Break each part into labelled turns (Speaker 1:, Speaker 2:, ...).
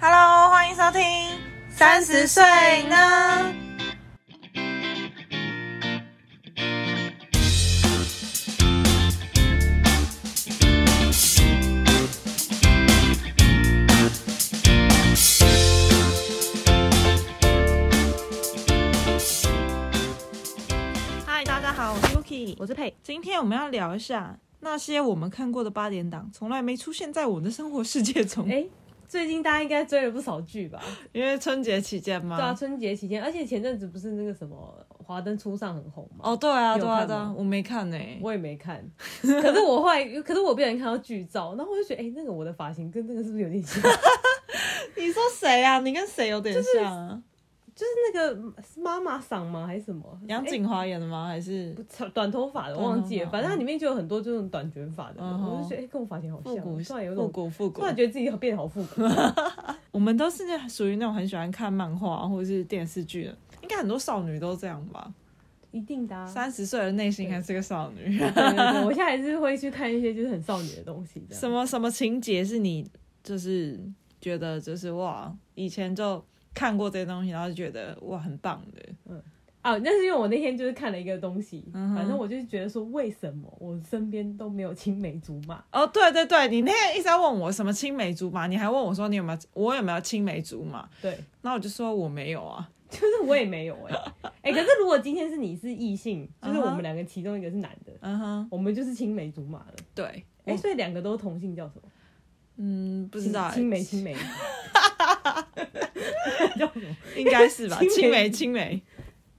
Speaker 1: Hello，欢迎收听《三十岁呢》。嗨，大家好，我是 Yuki，
Speaker 2: 我是佩，
Speaker 1: 今天我们要聊一下那些我们看过的八点档，从来没出现在我们的生活世界中
Speaker 2: 哎、。最近大家应该追了不少剧吧？
Speaker 1: 因为春节期间嘛，
Speaker 2: 对啊，春节期间，而且前阵子不是那个什么《华灯初上》很红嘛，
Speaker 1: 哦，对啊，
Speaker 2: 你有
Speaker 1: 对啊，
Speaker 2: 看
Speaker 1: 对啊
Speaker 2: 吗，
Speaker 1: 我没看呢、
Speaker 2: 我也没看，可是我后来，可是我被人看到剧照，然后我就觉得，哎、那个我的发型跟那个是不是有点 像？就
Speaker 1: 你说谁啊？你跟谁有点像啊？
Speaker 2: 是那个是妈妈桑吗？还是什么？
Speaker 1: 杨
Speaker 2: 哎
Speaker 1: 景华演的吗？还是
Speaker 2: 不长短头发的，我忘记
Speaker 1: 短头发嗯
Speaker 2: 了，反正它里面就有很多这种短卷发的，
Speaker 1: 嗯哼
Speaker 2: 我就觉得，哎、跟我发型好
Speaker 1: 复
Speaker 2: 像，
Speaker 1: 古？
Speaker 2: 突然有一
Speaker 1: 复
Speaker 2: 种，
Speaker 1: 古复古
Speaker 2: 突。然觉得自己变得好 复古。
Speaker 1: 我们都是属于那种很喜欢看漫画或者是电视剧的，应该很多少女都这样吧。
Speaker 2: 一定的、啊，
Speaker 1: 三十岁的内心还是个少女。
Speaker 2: 对对对，我现在还是会去看一些就是很少女的东西的。
Speaker 1: 什么什么情节是你就是觉得就是哇，以前就看过这些东西，然后就觉得哇很棒的。
Speaker 2: 啊，那是因为我那天就是看了一个东西，
Speaker 1: 嗯哼
Speaker 2: 反正我就是觉得说，为什么我身边都没有青梅竹马？
Speaker 1: 哦，对对对，你那天一直在问我什么青梅竹马，你还问我说你有没有我有没有青梅竹马，
Speaker 2: 对，
Speaker 1: 然后我就说我没有啊。
Speaker 2: 就是我也没有 哎、哎、可是如果今天是你是异性，就是
Speaker 1: 嗯哼
Speaker 2: 我们两个其中一个是男的，
Speaker 1: 嗯哼，
Speaker 2: 我们就是青梅竹马了。
Speaker 1: 对，
Speaker 2: 哎、所以两个都同性叫什么？
Speaker 1: 嗯，不知道欸，
Speaker 2: 青青梅青梅。叫什么？，
Speaker 1: 应该是吧
Speaker 2: 青
Speaker 1: 青
Speaker 2: 梅
Speaker 1: 梅青梅。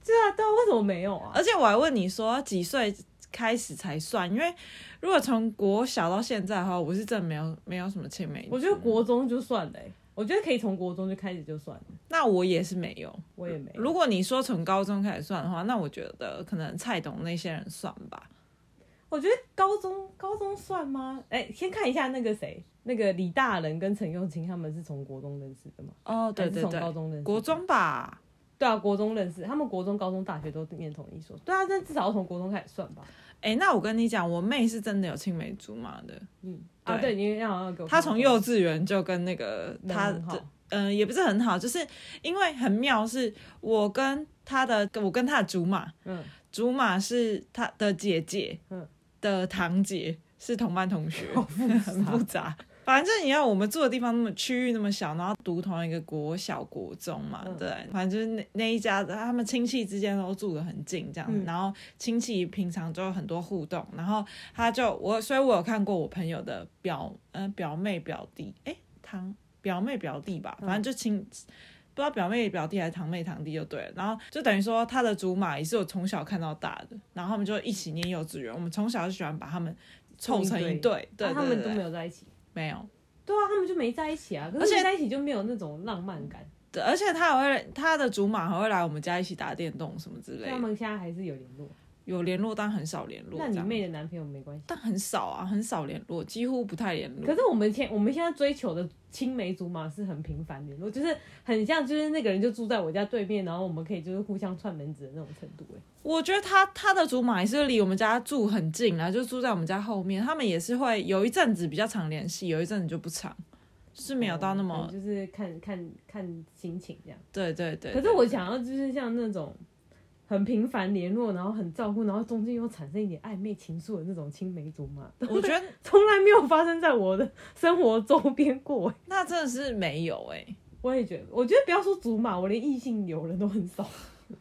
Speaker 2: 对啊，对啊，为什么没有啊？
Speaker 1: 而且我还问你说几岁开始才算，因为如果从国小到现在的话，我是真的没有没有什么青梅。
Speaker 2: 我觉得国中就算了、欸，我觉得可以从国中就开始就算了，
Speaker 1: 那我也是没有。
Speaker 2: 我也没有。
Speaker 1: 如果你说从高中开始算的话，那我觉得可能蔡董那些人算吧。
Speaker 2: 我觉得高中高中算吗？哎、先看一下那个谁，那个李大人跟陈又青他们是从国中认识的吗？
Speaker 1: 哦，对
Speaker 2: 还是
Speaker 1: 对
Speaker 2: 从
Speaker 1: 对，
Speaker 2: 高中认识的
Speaker 1: 国中吧。
Speaker 2: 对啊，国中认识，他们国中、高中、大学都念同一所。对啊，那至少要从国中开始算吧。
Speaker 1: 哎、那我跟你讲，我妹是真的有青梅竹马的。
Speaker 2: 嗯，啊，
Speaker 1: 对
Speaker 2: 对，你好像有给我看过。
Speaker 1: 她从幼稚园就跟那个
Speaker 2: 人
Speaker 1: 她
Speaker 2: 很好
Speaker 1: 的嗯、也不是很好，就是因为很妙，是我跟她的，我跟她的竹马，
Speaker 2: 嗯，
Speaker 1: 竹马是她的姐姐，
Speaker 2: 嗯
Speaker 1: 的堂姐是同班同学， 很复
Speaker 2: 杂
Speaker 1: 杂。反正你看我们住的地方那么区域那么小，然后读同一个国小国中嘛，
Speaker 2: 嗯
Speaker 1: 对，反正就是那那一家的，他们亲戚之间都住得很近这样，
Speaker 2: 嗯
Speaker 1: 然后亲戚平常就有很多互动，然后他就我，所以我有看过我朋友的表呃表妹表弟，诶，堂表妹表弟吧，
Speaker 2: 嗯
Speaker 1: 反正就亲。不知道表妹表弟还是堂妹堂弟就对了，然后就等于说他的竹马也是我从小看到大的，然后他们就一起念幼稚园，我们从小就喜欢把他们凑成一
Speaker 2: 一
Speaker 1: 对，对
Speaker 2: 啊
Speaker 1: 对
Speaker 2: 他们
Speaker 1: 对
Speaker 2: 都没
Speaker 1: 对，
Speaker 2: 有在一起。
Speaker 1: 没有，
Speaker 2: 对啊，他们就没在一起啊，可
Speaker 1: 而
Speaker 2: 是
Speaker 1: 且
Speaker 2: 没在一起就没有那种浪漫感。
Speaker 1: 对，而且他还会，他的竹马还会来我们家一起打电动什么之
Speaker 2: 所
Speaker 1: 类
Speaker 2: 啊以他
Speaker 1: 的，
Speaker 2: 们现在还是有联络。
Speaker 1: 有联络但很少联络。
Speaker 2: 那你
Speaker 1: 这样
Speaker 2: 妹的男朋友没关系。
Speaker 1: 但很少啊，很少联络，几乎不太联
Speaker 2: 可
Speaker 1: 络。
Speaker 2: 是我们现我们现在追求的青梅竹马是很频繁联络，就是很像就是那个人就住在我家对面，然后我们可以就是互相串门子的那种程度、哎，
Speaker 1: 我觉得他他的竹马也是离我们家住很近啊，就住在我们家后面。他们也是会有一阵子比较常联系，有一阵子就不常，就是没有到那么、
Speaker 2: 嗯就是看看看心情这样。
Speaker 1: 对对对。
Speaker 2: 可是我想要就是像那种很频繁联络，然后很照顾，然后中间又产生一点暧昧情愫的那种青梅竹马，
Speaker 1: 对我觉得
Speaker 2: 从来没有发生在我的生活周边过、哎，
Speaker 1: 那真的是没有哎、
Speaker 2: 我也觉得，我觉得不要说竹马，我连异性友人都很少，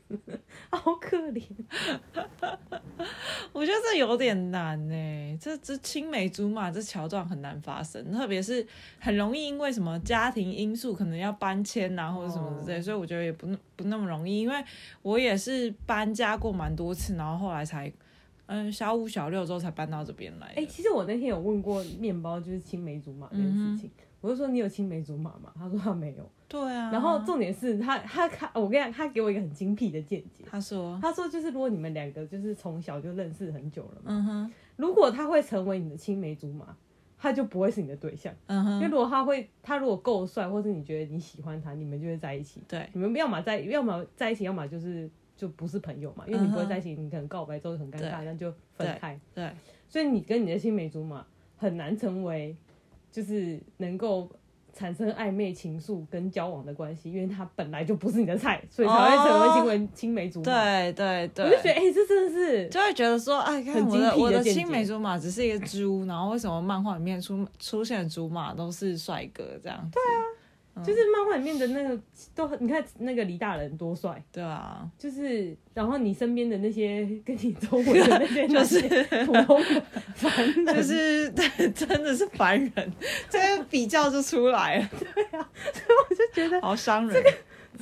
Speaker 2: 好可怜。
Speaker 1: 我觉得这有点难呢、这这青梅竹马这桥段很难发生，特别是很容易因为什么家庭因素，可能要搬迁啊或者什么之类，
Speaker 2: 哦
Speaker 1: 所以我觉得也不那不那么容易。因为我也是搬家过蛮多次，然后后来才嗯小五小六之后才搬到这边来的。
Speaker 2: 哎、其实我那天有问过面包，就是青梅竹马这件事情，我就说你有青梅竹马吗？他说他没有。
Speaker 1: 对啊，
Speaker 2: 然后重点是他他他，我跟你讲，他给我一个很精辟的见解。
Speaker 1: 他说，
Speaker 2: 他说就是如果你们两个就是从小就认识很久了嘛，
Speaker 1: 嗯哼，
Speaker 2: 如果他会成为你的青梅竹马，他就不会是你的对象，
Speaker 1: 嗯
Speaker 2: 因为
Speaker 1: 哼，
Speaker 2: 如果他会，他如果够帅，或是你觉得你喜欢他，你们就会在一起。
Speaker 1: 对，
Speaker 2: 你们要么在，要么在一起，要么就是就不是朋友嘛，因为你不会在一起，你可能告白之后很尴
Speaker 1: 嗯对
Speaker 2: 尬，那就分
Speaker 1: 对
Speaker 2: 开。
Speaker 1: 对，
Speaker 2: 所以你跟你的青梅竹马很难成为，就是能够产生暧昧情愫跟交往的关系，因为他本来就不是你的菜，所以才会成为青梅青梅竹马。
Speaker 1: 对对哦对，
Speaker 2: 我就觉得，哎、这真的是
Speaker 1: 就会觉得说，哎，看
Speaker 2: 很
Speaker 1: 我
Speaker 2: 精
Speaker 1: 的
Speaker 2: 辟
Speaker 1: 我
Speaker 2: 的
Speaker 1: 的
Speaker 2: 见
Speaker 1: 青梅
Speaker 2: 解
Speaker 1: 竹马只是一个猪，然后为什么漫画里面出出现的竹马都是帅哥这样子？
Speaker 2: 就是漫画里面的那个都很，你看那个李大人多帅，
Speaker 1: 对啊，
Speaker 2: 就是然后你身边的那些跟你周围的那些 就是普通的凡人，
Speaker 1: 就是 真的是凡人，这个比较就出来了，
Speaker 2: 我就觉 得
Speaker 1: 好伤人，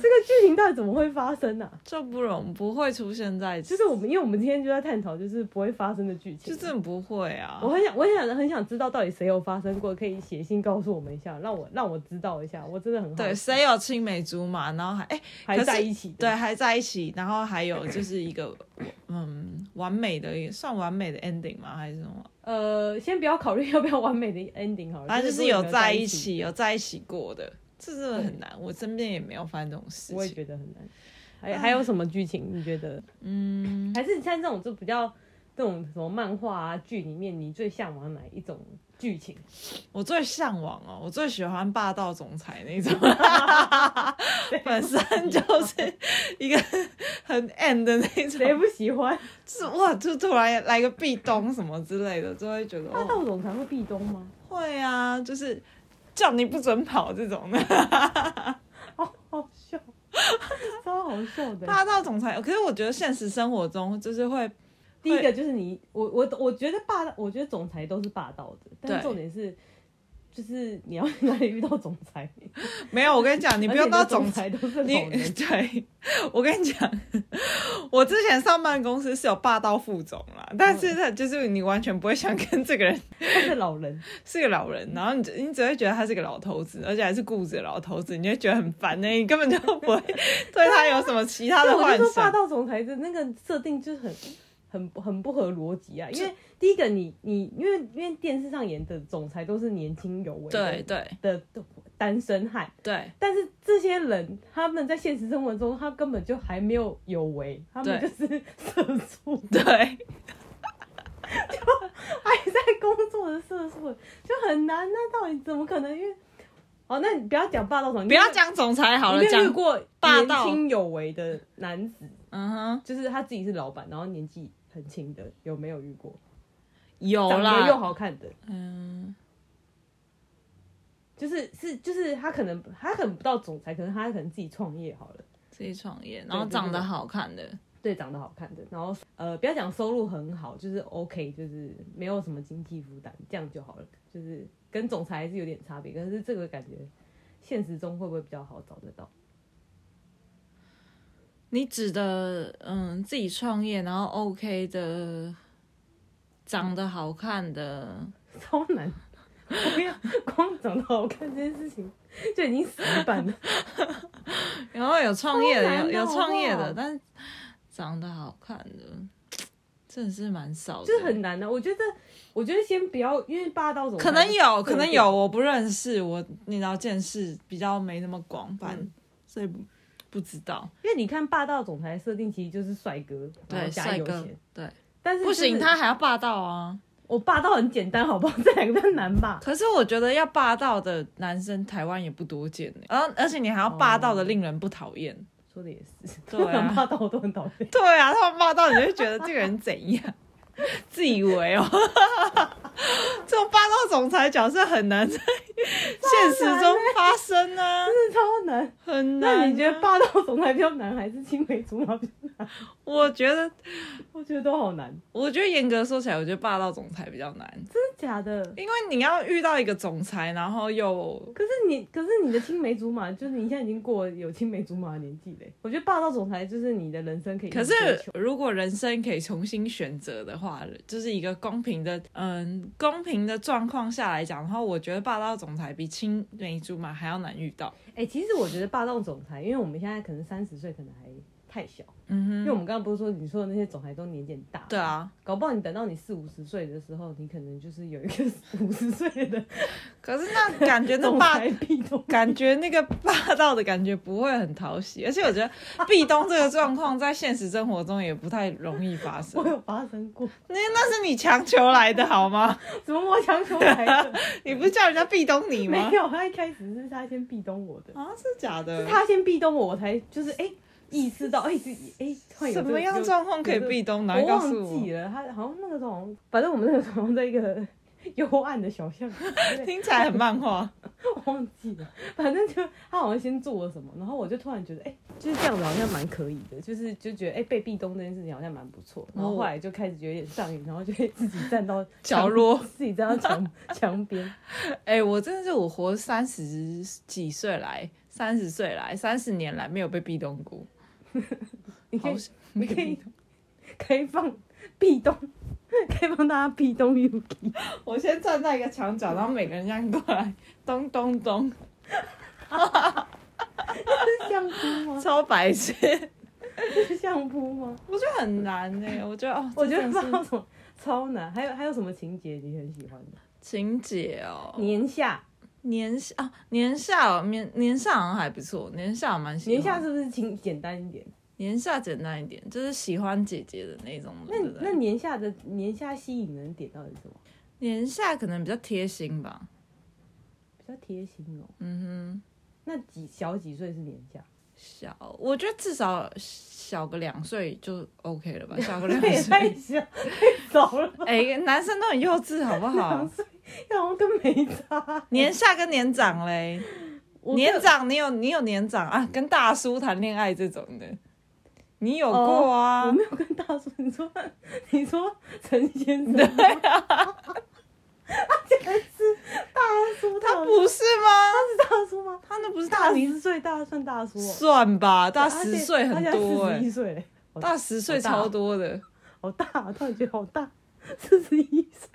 Speaker 2: 这个剧情到底怎么会发生呢、啊？
Speaker 1: 就不容不会出现在，
Speaker 2: 就是我们，因为我们今天就在探讨，就是不会发生的剧情。
Speaker 1: 就真的不会啊
Speaker 2: 我。很想，我很想，很想知道到底谁有发生过，可以写信告诉我们一下，让我让我知道一下，我真的很好
Speaker 1: 对，
Speaker 2: 奇，
Speaker 1: 谁有青梅竹马，然后还哎、可
Speaker 2: 还
Speaker 1: 是
Speaker 2: 在一起的，
Speaker 1: 对，还在一起，然后还有就是一个嗯完美的算完美的 ending 吗？还是什么？
Speaker 2: 呃，先不要考虑要不要完美的 ending 好了，
Speaker 1: 反正就
Speaker 2: 就是
Speaker 1: 是
Speaker 2: 如果
Speaker 1: 有
Speaker 2: 没
Speaker 1: 在
Speaker 2: 一
Speaker 1: 一，起，有在一起过的，这真的很难。我身边也没有发生这种事
Speaker 2: 我也
Speaker 1: 情。
Speaker 2: 觉得很难。还还有什么剧情？你觉得？嗯，还是像这种就比较这种什么漫画啊剧里面，你最向往哪一种剧情？
Speaker 1: 我最向往哦，我最喜欢霸道总裁那 种，本身就是一个很 end 的那
Speaker 2: 谁
Speaker 1: 种，
Speaker 2: 不喜欢？
Speaker 1: 就是哇，就突然来个壁咚什么之类的，就会觉得
Speaker 2: 霸
Speaker 1: 哦，
Speaker 2: 道总裁会壁咚吗？
Speaker 1: 会啊，就是叫你不准跑这种的。
Speaker 2: 好好笑， 超好笑的。
Speaker 1: 霸道总裁，可是我觉得现实生活中就是会
Speaker 2: 第一个就是你，我我我觉得霸道，我觉得总裁都是霸道的，但是
Speaker 1: 对
Speaker 2: 重点是，就是你要 去哪里遇到总裁，
Speaker 1: 没有。我跟你讲， 你不要
Speaker 2: 而且你的
Speaker 1: 到
Speaker 2: 总
Speaker 1: 总
Speaker 2: 裁都是老
Speaker 1: 你
Speaker 2: 人，
Speaker 1: 对我跟你讲， 我之前上班公司是有霸道副总啦，但是他就是你完全不会想跟这个人
Speaker 2: 都是老人，
Speaker 1: 是个老嗯人，然后你只你只会觉得他是个老头子，而且还是固执的老头子，你就会觉得很烦呢、你根本就不会对他有什么其他
Speaker 2: 所以
Speaker 1: 的
Speaker 2: 我
Speaker 1: 幻
Speaker 2: 就说霸
Speaker 1: 想。
Speaker 2: 道总裁的那个设定就是很。很很不合逻辑啊！因为第一个你，你因为因为电视上演的总裁都是年轻有为的
Speaker 1: 对对
Speaker 2: 的的单身汉，
Speaker 1: 对
Speaker 2: 但是这些人他们在现实生活中，他根本就还没有有为，他们就
Speaker 1: 对
Speaker 2: 是社畜，
Speaker 1: 对，
Speaker 2: 还在工作的社畜就很难。那到底怎么可能？因为哦，那你不要讲霸道总裁，
Speaker 1: 不要讲总裁好了，
Speaker 2: 你没有。你没有遇
Speaker 1: 讲
Speaker 2: 过
Speaker 1: 霸
Speaker 2: 年
Speaker 1: 道
Speaker 2: 轻有为的男子，
Speaker 1: 嗯哼
Speaker 2: 就是他自己是老板，然后年纪很轻的，有没有遇过？
Speaker 1: 有
Speaker 2: 长得又
Speaker 1: 啦，
Speaker 2: 好看的，
Speaker 1: 嗯，
Speaker 2: 就是是就是他可能他可能不到总裁，可能他可能自己创业好了。
Speaker 1: 自己创业，然后
Speaker 2: 对对
Speaker 1: 长得
Speaker 2: 对
Speaker 1: 好看的，
Speaker 2: 对，长得好看的，然后呃，不要讲收入很好，就是 OK，就是没有什么经济负担，这样就好了。就是跟总裁还是有点差别，可是这个感觉现实中会不会比较好找得到？
Speaker 1: 你指的嗯，自己创业然后 OK 的，长得好看的，
Speaker 2: 超难，不要光长得好看这件事情就已经死一半了。
Speaker 1: 然后有创业
Speaker 2: 超
Speaker 1: 的，
Speaker 2: 难哦
Speaker 1: 有
Speaker 2: 的
Speaker 1: 有创业
Speaker 2: 好不好
Speaker 1: 的，但是长得好看的，真的是蛮少的，
Speaker 2: 就是很难的、啊我觉得，我觉得先不要，因为霸道总裁
Speaker 1: 可能有，
Speaker 2: 对
Speaker 1: 可能有，我不认识，我你知道见识比较没那么广泛，
Speaker 2: 嗯
Speaker 1: 所以不不知道。
Speaker 2: 因为你看霸道总裁的设定其实就是帅哥，然后
Speaker 1: 对，
Speaker 2: 加
Speaker 1: 帅
Speaker 2: 有
Speaker 1: 哥
Speaker 2: 钱，，
Speaker 1: 对，
Speaker 2: 但是、
Speaker 1: 不行，他还要霸道啊。
Speaker 2: 我霸道很简单，好不好？这两个都难吧？
Speaker 1: 可是我觉得要霸道的男生，台湾也不多见呢、然后而且你还要霸
Speaker 2: 哦
Speaker 1: 道的令人不讨厌。
Speaker 2: 说的也是，
Speaker 1: 对啊
Speaker 2: 讲霸道我都很讨 厌。
Speaker 1: 对啊，他们骂到你就会觉得这个人怎样， 自以为哦， 这种霸道总裁角色很难在现实中发生 啊，
Speaker 2: 真的超难。
Speaker 1: 很难啊、
Speaker 2: 那你觉得霸道总裁比较难，还是青梅竹马比较难？
Speaker 1: 我觉得，
Speaker 2: 我觉得都好难，
Speaker 1: 我觉得严格说起来，我觉得霸道总裁比较难，
Speaker 2: 真的假的？
Speaker 1: 因为你要遇到一个总裁，然后又
Speaker 2: 可是你，可是你的青梅竹马，就是你现在已经过了有青梅竹马的年纪嘞。我觉得霸道总裁就是你的人生可以一
Speaker 1: 可
Speaker 2: 直
Speaker 1: 是
Speaker 2: 追求，
Speaker 1: 如果人生可以重新选择的话，就是一个公平的，嗯，公平的状况下来讲的话，我觉得霸道总裁比青梅竹马还要难遇到。
Speaker 2: 哎、其实我觉得霸道总裁，因为我们现在可能三十岁，可能还太小，嗯哼，因为我们刚刚不是说你说的那些总裁都年纪很大，
Speaker 1: 对，啊，
Speaker 2: 搞不好你等到你四五十岁的时候，你可能就是有一个 五十岁的
Speaker 1: 可是那感觉 那
Speaker 2: 总
Speaker 1: 霸
Speaker 2: 裁壁咚，
Speaker 1: 感觉那个霸道的感觉不会很讨喜，而且我觉得壁咚这个状况在现实生活中也不太容易发生
Speaker 2: 我。有发生 过，
Speaker 1: 那那是你强求来的好吗？
Speaker 2: 怎么我强求来的？
Speaker 1: 你不是叫人家壁咚你
Speaker 2: 没
Speaker 1: 吗？
Speaker 2: 有，他一开始是他先壁咚我的，
Speaker 1: 啊，是假的
Speaker 2: 是。他先壁咚我，我才就是哎、意识到哎自己哎突然有
Speaker 1: 什
Speaker 2: 这个
Speaker 1: 么样
Speaker 2: 有
Speaker 1: 状况可以壁咚？然后
Speaker 2: 我
Speaker 1: 告
Speaker 2: 忘
Speaker 1: 诉我
Speaker 2: 记，了，他好像那个时候，反正我们那个时候在一个 幽暗的小巷，对
Speaker 1: 听起来很漫画。
Speaker 2: 我 忘记了，反正就他好像先做了什么，然后我就突然觉得，哎、就是这样子好像蛮可以的，就是就觉得哎、被壁咚这件事情好像蛮不错，然后后来就开始有点上瘾，然后就会自己站 到
Speaker 1: 哦角落
Speaker 2: 墙 自己站到墙墙边，
Speaker 1: 哎、我真的是我活三十几岁来，三十岁来，三十年来没有被壁咚过。
Speaker 2: 你可以
Speaker 1: 好想
Speaker 2: 你可以开放壁咚， 开放大家壁咚 Yuki，
Speaker 1: 我先站在一个墙角，然后每个人这样过来，咚咚咚，
Speaker 2: 是相扑吗？
Speaker 1: 超白痴。
Speaker 2: 是相扑吗？
Speaker 1: 我觉得很难呢、我觉得哦，
Speaker 2: 我觉得
Speaker 1: 这
Speaker 2: 不
Speaker 1: 真
Speaker 2: 知
Speaker 1: 的
Speaker 2: 道
Speaker 1: 是
Speaker 2: 什么超难，还有还有什么情节你很喜欢的？
Speaker 1: 情节哦，
Speaker 2: 年下，
Speaker 1: 年下啊，年下哦年年下好像还不错，年下我蛮喜欢。
Speaker 2: 年下是不是情简单一点？
Speaker 1: 年下简单一点，就是喜欢姐姐的那种的。
Speaker 2: 那
Speaker 1: 对不对
Speaker 2: 那年下的年下吸引人点到底是什么？
Speaker 1: 年下可能比较贴心吧。
Speaker 2: 比较贴心哦。
Speaker 1: 嗯
Speaker 2: 那几小几岁是年 下？
Speaker 1: 哼，小，我觉得至少小个两岁就 OK 了吧，小个两
Speaker 2: 这 也
Speaker 1: 岁。
Speaker 2: 太小太早了吧？
Speaker 1: 哎、男生都很幼稚，好不好
Speaker 2: 两？岁然后跟没差。
Speaker 1: 年下跟年长嘞，
Speaker 2: 我
Speaker 1: 年
Speaker 2: 个
Speaker 1: 长你有你有年长啊，跟大叔谈恋爱这种的，你有过啊？
Speaker 2: 我没有跟大叔，你说你说陈先生，对啊，他是大叔，
Speaker 1: 他不是吗？
Speaker 2: 是大叔吗？
Speaker 1: 他那不是大
Speaker 2: 大
Speaker 1: 龄
Speaker 2: 十岁，大算大叔、哦。
Speaker 1: 算吧，大十岁很多哎、
Speaker 2: 哎、一岁嘞，好
Speaker 1: 大十岁超多的。
Speaker 2: 好大，突然觉得好大，四十一岁，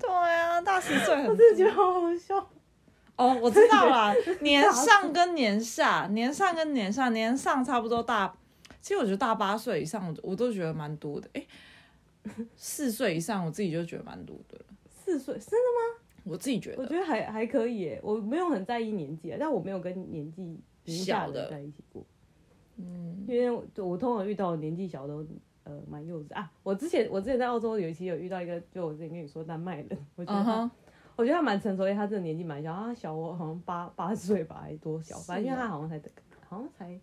Speaker 1: 对啊，大十岁
Speaker 2: 我
Speaker 1: 很
Speaker 2: 真的觉得好好笑。
Speaker 1: 哦， 我知道啦，年上跟年下，年上跟年下，年上差不多大。其实我觉得大八岁以上，我我都觉得蛮多的。哎、四岁以上我自己就觉得蛮多的了，
Speaker 2: 四岁真的
Speaker 1: 我自己觉
Speaker 2: 吗？我
Speaker 1: 得。
Speaker 2: 觉得还还可以耶，我没有很在意年纪啊，但我没有跟年纪年下
Speaker 1: 小的
Speaker 2: 人在一起过。嗯，因为我我通常遇到年纪小的都呃蛮幼稚啊。我之前我之前在澳洲有一期有遇到一个，就我之前跟你说丹麦人，我觉得
Speaker 1: 嗯
Speaker 2: 他、
Speaker 1: 哼，
Speaker 2: 我觉得他蛮成熟，因为他真的年纪蛮小，他小我好像八八岁吧，还多小，
Speaker 1: 是
Speaker 2: 反正因为
Speaker 1: 哦
Speaker 2: 他好像才好像才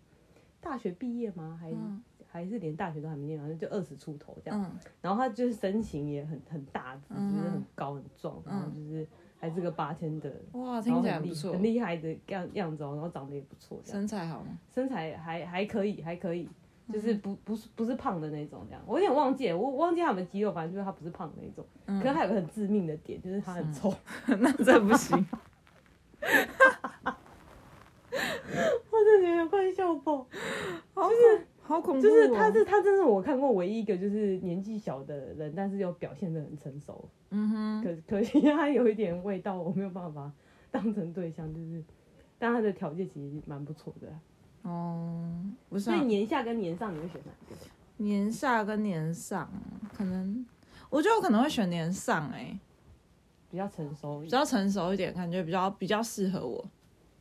Speaker 2: 大学毕业吗？还、
Speaker 1: 嗯
Speaker 2: 还是连大学都还没念，好像就二十出头这样。
Speaker 1: 嗯，
Speaker 2: 然后他就是身形也很很大只，
Speaker 1: 嗯哼嗯
Speaker 2: 就是很高很壮，然后就是还是个八千的，
Speaker 1: 哇，
Speaker 2: 然
Speaker 1: 听
Speaker 2: 后
Speaker 1: 起来
Speaker 2: 很
Speaker 1: 不
Speaker 2: 厉
Speaker 1: 错
Speaker 2: 很，厉害的样样子哦，然后长得也不错，这样
Speaker 1: 身材好 吗？
Speaker 2: 身材还还可以，还可以。就是
Speaker 1: 嗯
Speaker 2: 不不是不是胖的那种，这样我有点忘记了，我我忘记他们肌肉，反正就是他不是胖的那种，
Speaker 1: 嗯
Speaker 2: 可是他有个很致命的点，就是他很丑，
Speaker 1: 那这不行。
Speaker 2: 我真的觉得快笑爆。
Speaker 1: 好恐好恐怖、哦，
Speaker 2: 就是他是他真是我看过唯一一个就是年纪小的人，但是又表现的很成熟。
Speaker 1: 嗯哼，
Speaker 2: 可可惜他有一点味道，我没有办法当成对象，就是。但他的条件其实蛮不错的，啊
Speaker 1: 哦，不是、
Speaker 2: 所
Speaker 1: 啊
Speaker 2: 以，年下跟年上你会选哪一个？
Speaker 1: 年下跟年上可能，我觉得我可能会选年上、哎，
Speaker 2: 比较成熟
Speaker 1: 比，较成熟一点，感觉比较比较适合我。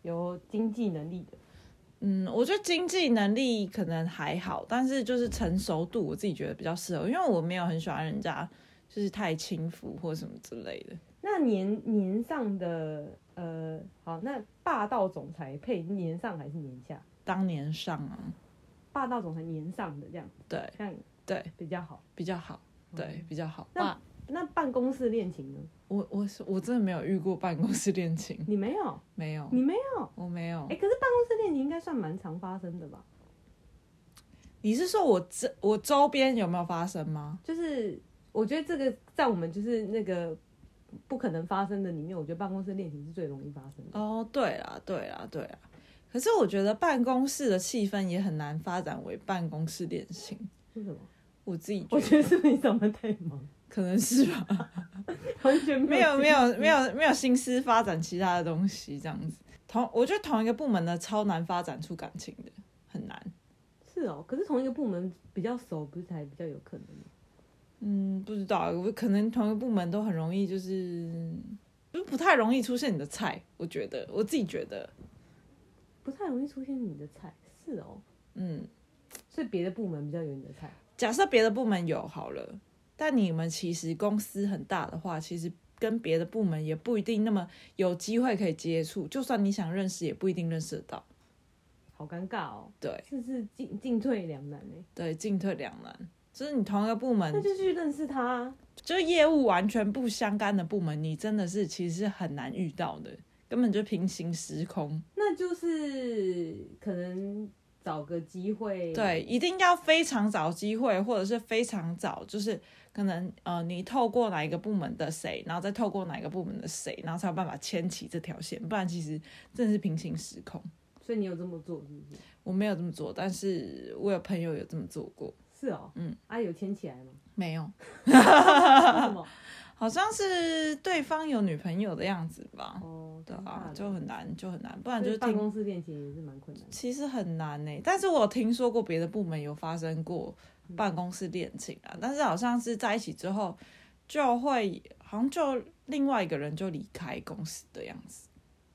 Speaker 2: 有经济能力的，
Speaker 1: 嗯，我觉得经济能力可能还好，但是就是成熟度，我自己觉得比较适合，因为我没有很喜欢人家就是太轻浮或什么之类的。
Speaker 2: 那年年上的呃，好，那霸道总裁配年上还是年下？
Speaker 1: 当年上啊，
Speaker 2: 霸道总裁年上的这样，
Speaker 1: 对
Speaker 2: 这样
Speaker 1: 对，
Speaker 2: 比较好。
Speaker 1: 比较好，对比较好。
Speaker 2: 嗯那
Speaker 1: 哇，
Speaker 2: 那办公室恋情呢？
Speaker 1: 我我是我真的没有遇过办公室恋情，
Speaker 2: 你没有，
Speaker 1: 没有，
Speaker 2: 你没有。
Speaker 1: 我没有
Speaker 2: 哎、。可是办公室恋情应该算蛮常发生的吧？
Speaker 1: 你是说我这我周边有没有发生吗？
Speaker 2: 就是我觉得这个在我们就是那个不可能发生的里面，我觉得办公室恋情是最容易发生的。
Speaker 1: 哦，对啦，对啦，对啦。可是我觉得办公室的气氛也很难发展为办公室恋情，
Speaker 2: 为什么？
Speaker 1: 我自己觉
Speaker 2: 我
Speaker 1: 得
Speaker 2: 觉得是不是你上班太忙，
Speaker 1: 可能是吧。
Speaker 2: 完全
Speaker 1: 没有没
Speaker 2: 有
Speaker 1: 有没有没有心思发展其他的东西，这样子。同我觉得同一个部门的超难发展出感情的，很难。
Speaker 2: 是是哦，可是同一个部门比较熟，不是才比较有可能吗？
Speaker 1: 嗯，不知道，我可能同一个部门都很容易就是，就不太容易出现你的菜，我觉得，我自己觉得，
Speaker 2: 不太容易出现你的菜，是哦，
Speaker 1: 嗯，
Speaker 2: 所以别的部门比较有你的菜。
Speaker 1: 假设别的部门有好了，但你们其实公司很大的话，其实跟别的部门也不一定那么有机会可以接触，就算你想认识，也不一定认识得到。
Speaker 2: 好尴尬哦，
Speaker 1: 对嗯
Speaker 2: 这是进进退两难哎。
Speaker 1: 对，进退两难，就是你同一个部门
Speaker 2: 那，就去认识他啊，
Speaker 1: 就是业务完全不相干的部门，你真的是其实是很难遇到的，根本就平行时空。
Speaker 2: 那就是可能找个机会，
Speaker 1: 对，一定要非常早机会，或者是非常早，就是可能呃，你透过哪一个部门的谁，然后再透过哪一个部门的谁，然后才有办法牵起这条线，不然其实真的是平行时空。
Speaker 2: 所以你有这么做是不是？
Speaker 1: 我没有这么做，但是我有朋友有这么做过，
Speaker 2: 是哦，
Speaker 1: 嗯，
Speaker 2: 啊有牵起来 吗？
Speaker 1: 没有，
Speaker 2: 为什么？
Speaker 1: 好像是对方有女朋友的样子吧？
Speaker 2: 哦，
Speaker 1: 对
Speaker 2: 尴尬
Speaker 1: 啊
Speaker 2: 了，
Speaker 1: 就很难，就很难，不
Speaker 2: 所
Speaker 1: 然
Speaker 2: 以
Speaker 1: 就是
Speaker 2: 办
Speaker 1: 听
Speaker 2: 公室恋情也是蛮困难的。
Speaker 1: 其实很难呢、但是我有听说过别的部门有发生过
Speaker 2: 嗯
Speaker 1: 办公室恋情啊，但是好像是在一起之后就会，好像就另外一个人就离开公司的样子。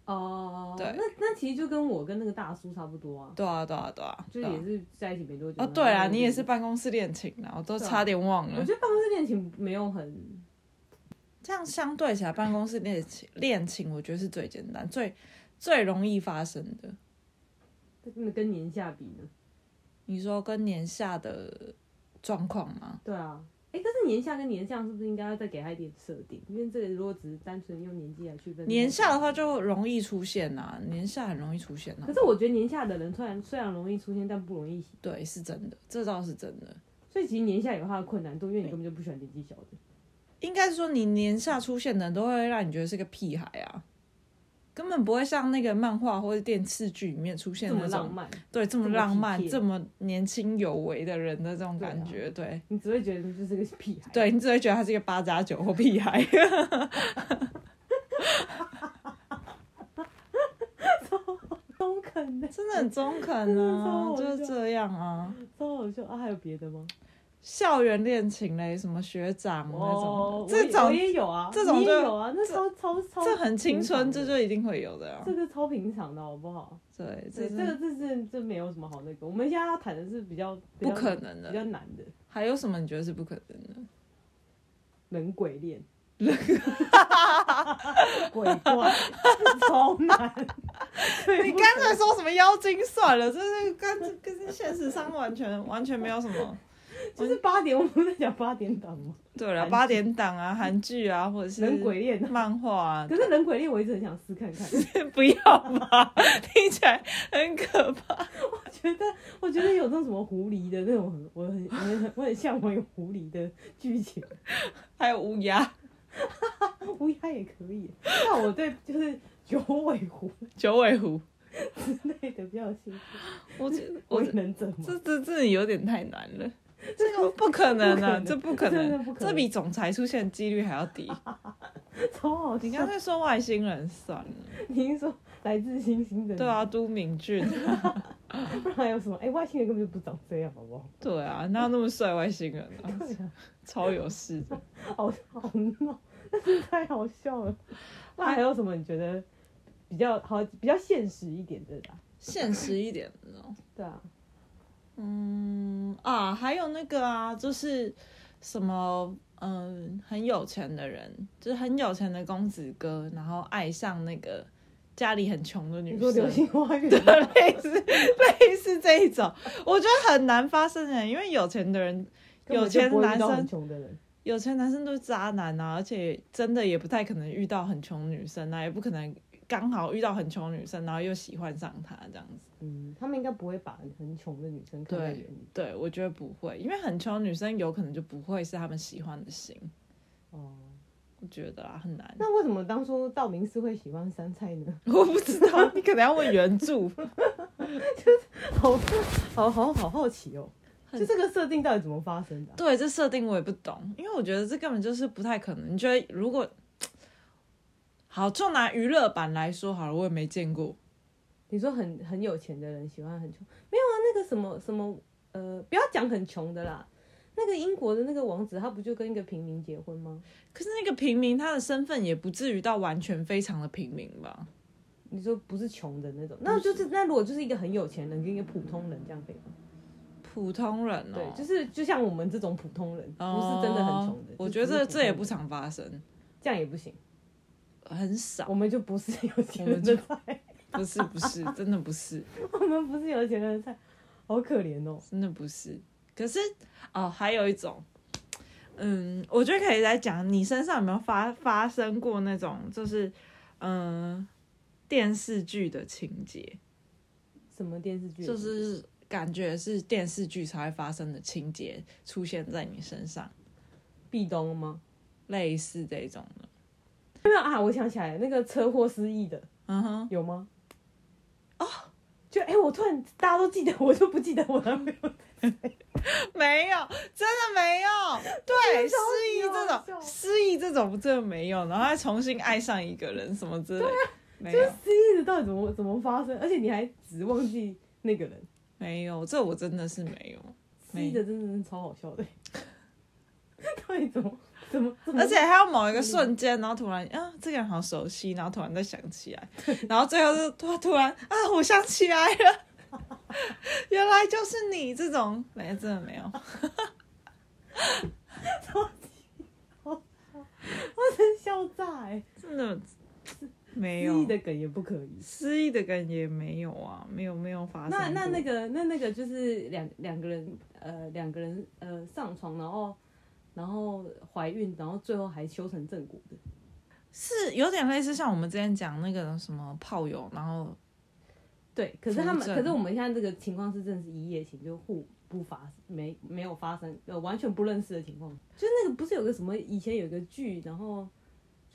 Speaker 2: 哦，
Speaker 1: 对
Speaker 2: 那那其实就跟我跟那个大叔差不多啊，
Speaker 1: 对啊，对啊，对啊，
Speaker 2: 就
Speaker 1: 对啊
Speaker 2: 也是在一起没多久。
Speaker 1: 哦，
Speaker 2: 然后
Speaker 1: 对啊，
Speaker 2: 就
Speaker 1: 你也是。办公室恋情啊，我都
Speaker 2: 对啊
Speaker 1: 差点忘
Speaker 2: 我
Speaker 1: 了。
Speaker 2: 觉得办公室恋情没有很，
Speaker 1: 这样相对起来，办公室恋情恋情，我觉得是最简单、最最容易发生的。
Speaker 2: 那跟年下比呢？
Speaker 1: 你说跟年下的状况吗？
Speaker 2: 对啊，哎，但是年下跟年上是不是应该要再给他一点设定？因为这个如果只是单纯用年纪来区分，
Speaker 1: 年下的话就容易出现啊，年下很容易出现啊。
Speaker 2: 可是我觉得年下的人虽然虽然容易出现，但不容易喜，
Speaker 1: 对，是真的，这倒是真的。
Speaker 2: 所以其实年下有他的困难度，因为你根本就不喜欢年纪小的。
Speaker 1: 应该是说，你年下出现的人都会让你觉得是个屁孩啊，根本不会像那个漫画或者电视剧里面出现
Speaker 2: 这
Speaker 1: 那
Speaker 2: 么
Speaker 1: 种
Speaker 2: 浪漫，
Speaker 1: 对这么
Speaker 2: 这么
Speaker 1: 浪
Speaker 2: 体
Speaker 1: 漫、
Speaker 2: 贴
Speaker 1: 这么年轻有为的人的这种
Speaker 2: 对啊
Speaker 1: 感觉。对，
Speaker 2: 你只会觉得你就是个屁孩。，
Speaker 1: 对你只会觉得他是一个八加九或屁 孩。
Speaker 2: 中肯的，
Speaker 1: 真的很中肯
Speaker 2: 真的超
Speaker 1: 啊，
Speaker 2: 好
Speaker 1: 就是
Speaker 2: 笑
Speaker 1: 这样啊。
Speaker 2: 超好笑啊！还有别的吗？
Speaker 1: 校园恋情嘞，什么学长啊那种，
Speaker 2: 哦
Speaker 1: 的，
Speaker 2: 我也
Speaker 1: 这种
Speaker 2: 我也有啊，
Speaker 1: 这种
Speaker 2: 你也
Speaker 1: 就
Speaker 2: 有啊，那超超超，
Speaker 1: 这很青春，这
Speaker 2: 这
Speaker 1: 就一定会有的啊
Speaker 2: 这。个超平常的好不好？
Speaker 1: 对，这
Speaker 2: 对，这
Speaker 1: 是
Speaker 2: 个这是这没有什么好那个，我们现在要谈的是比较比
Speaker 1: 不
Speaker 2: 较
Speaker 1: 可能
Speaker 2: 比
Speaker 1: 的。
Speaker 2: 较难的
Speaker 1: 还有什么你觉得是不可能的？
Speaker 2: 人鬼恋，人 鬼怪超 难，
Speaker 1: 你干脆说什么妖精算了，就是跟跟现实上完全完全没有什么。
Speaker 2: 就是八点，我们在讲八点档嘛，
Speaker 1: 对了，
Speaker 2: 韩剧
Speaker 1: 八点档啊，韩剧啊，或者是
Speaker 2: 人鬼恋啊。
Speaker 1: 漫画啊
Speaker 2: 可，是人鬼恋，我一直很想试看看。
Speaker 1: 不要吧，听起来很可怕。
Speaker 2: 我觉得，我觉得有那种什么狐狸的那种很，我很，我很，我很向往有狐狸的剧情。
Speaker 1: 还有乌鸦、
Speaker 2: 乌鸦也可以，但我对就是九尾狐
Speaker 1: 九尾狐，
Speaker 2: 之类的比较有兴趣。
Speaker 1: 我这我
Speaker 2: 火
Speaker 1: 这
Speaker 2: 影忍者嘛，
Speaker 1: 这这这有点太难了。这个不可能啊，这不可
Speaker 2: 真的
Speaker 1: 能
Speaker 2: 不，可能
Speaker 1: 这比总裁出现的几率还要低。
Speaker 2: 超好
Speaker 1: 你干
Speaker 2: 笑。
Speaker 1: 脆说外星人算了。
Speaker 2: 你是说来自星星的？
Speaker 1: 对啊，，都敏俊，
Speaker 2: 不然还有什么？哎、外星人根本就不长这样，好不好？
Speaker 1: 对啊，哪有那么帅外星人啊？
Speaker 2: 对啊，
Speaker 1: 超有事的。
Speaker 2: 好好闹， 但是太好 笑了。那还有什么你觉得比较好、比较现实一点的啦？
Speaker 1: 现实一点的哦。
Speaker 2: 对啊，
Speaker 1: 嗯啊，还有那个啊，就是什么嗯，很有钱的人，就是很有钱的公子哥，然后爱上那个家里很穷的
Speaker 2: 你
Speaker 1: 女
Speaker 2: 说《流
Speaker 1: 生。
Speaker 2: 星花园》
Speaker 1: 类似类似这一种，我觉得很难发生欸的，因为有钱的人，有钱
Speaker 2: 根本就不会遇到
Speaker 1: 男生
Speaker 2: 很穷的人，
Speaker 1: 有钱男生都是渣男啊，而且真的也不太可能遇到很穷女生啊，也不可能刚好遇到很穷女生，然后又喜欢上她这样子。
Speaker 2: 嗯，他们应该不会把很穷的女生看在眼里。
Speaker 1: 对，我觉得不会，因为很穷女生有可能就不会是他们喜欢的型。
Speaker 2: 哦，
Speaker 1: 我觉得啊，很难。
Speaker 2: 那为什么当初道明寺会喜欢山菜呢？
Speaker 1: 我不知道，你可能要问原著。
Speaker 2: 好好好好好奇哦，
Speaker 1: 很
Speaker 2: 就这个设定到底怎么发生的啊、
Speaker 1: 对，这设定我也不懂，因为我觉得这根本就是不太可能。你觉得如果好，就拿娱乐版来说好了，我也没见过。
Speaker 2: 你说很很有钱的人喜欢很穷，没有啊？那个什么什么呃，不要讲很穷的啦。那个英国的那个王子，他不就跟一个平民结婚吗？
Speaker 1: 可是那个平民，他的身份也不至于到完全非常的平民吧？
Speaker 2: 你说不是穷的那种，那就是那如果就是一个很有钱人跟一个普通人，这样可以吗？
Speaker 1: 普通人哦，哦
Speaker 2: 对，就是就像我们这种普通人，不是真的很穷的
Speaker 1: 哦。我觉得这这也不
Speaker 2: 常，
Speaker 1: 常发生，
Speaker 2: 这样也不行，
Speaker 1: 很少
Speaker 2: 我。们就不是有钱人
Speaker 1: 我
Speaker 2: 的
Speaker 1: 们
Speaker 2: 菜，
Speaker 1: 不是不是，真的不是，
Speaker 2: 我们不是有钱人的菜，好可怜哦。
Speaker 1: 真的不是。可是哦，还有一种，嗯，我觉得可以来讲，你身上有没有发发生过那种，就是嗯、电视剧的情节，
Speaker 2: 什么电视
Speaker 1: 嗯
Speaker 2: 剧？
Speaker 1: 就是感觉是电视剧才会发生的情节出现在你身上，
Speaker 2: 壁咚吗？
Speaker 1: 类似这种的。
Speaker 2: 没有啊，我想起来，那个车祸失忆的
Speaker 1: 嗯哼，
Speaker 2: 有吗？哦，就哎、我突然大家都记得，我就不记得我男朋友。
Speaker 1: 没有，真的没有。 对，失忆这
Speaker 2: 好
Speaker 1: 种，
Speaker 2: 笑
Speaker 1: 失忆这种真的没有，然后再重新爱上一个人什么之类的，没有，
Speaker 2: 失忆的到底怎么怎么发生？而且你还只忘记那个人，
Speaker 1: 没有，这我真的是没有。
Speaker 2: 失忆的真的是超好笑的。 到底怎么怎么？ 怎么
Speaker 1: 而且还有某一个瞬间，然后突然啊，这个人好熟悉，然后突然再想起 来，然后最后就突突然啊，我想起来了， 原来就是你这种，没有真的没有，
Speaker 2: 我真笑炸哎、
Speaker 1: 真的没
Speaker 2: 失忆
Speaker 1: 有
Speaker 2: 的梗也不可以。
Speaker 1: 失忆的感觉没有啊，没有没有发生过。
Speaker 2: 那那那个那那个就是两两个人呃两个人呃上床，然后然后怀孕，然后最后还修成正果的。
Speaker 1: 是有点类似像我们之前讲那个什么炮友，然后
Speaker 2: 对，可是他们
Speaker 1: 扶正
Speaker 2: 可是我们现在这个情况是真的是一夜情，就互不发没没有发生呃完全不认识的情况。就是那个不是有个什么以前有个剧，然后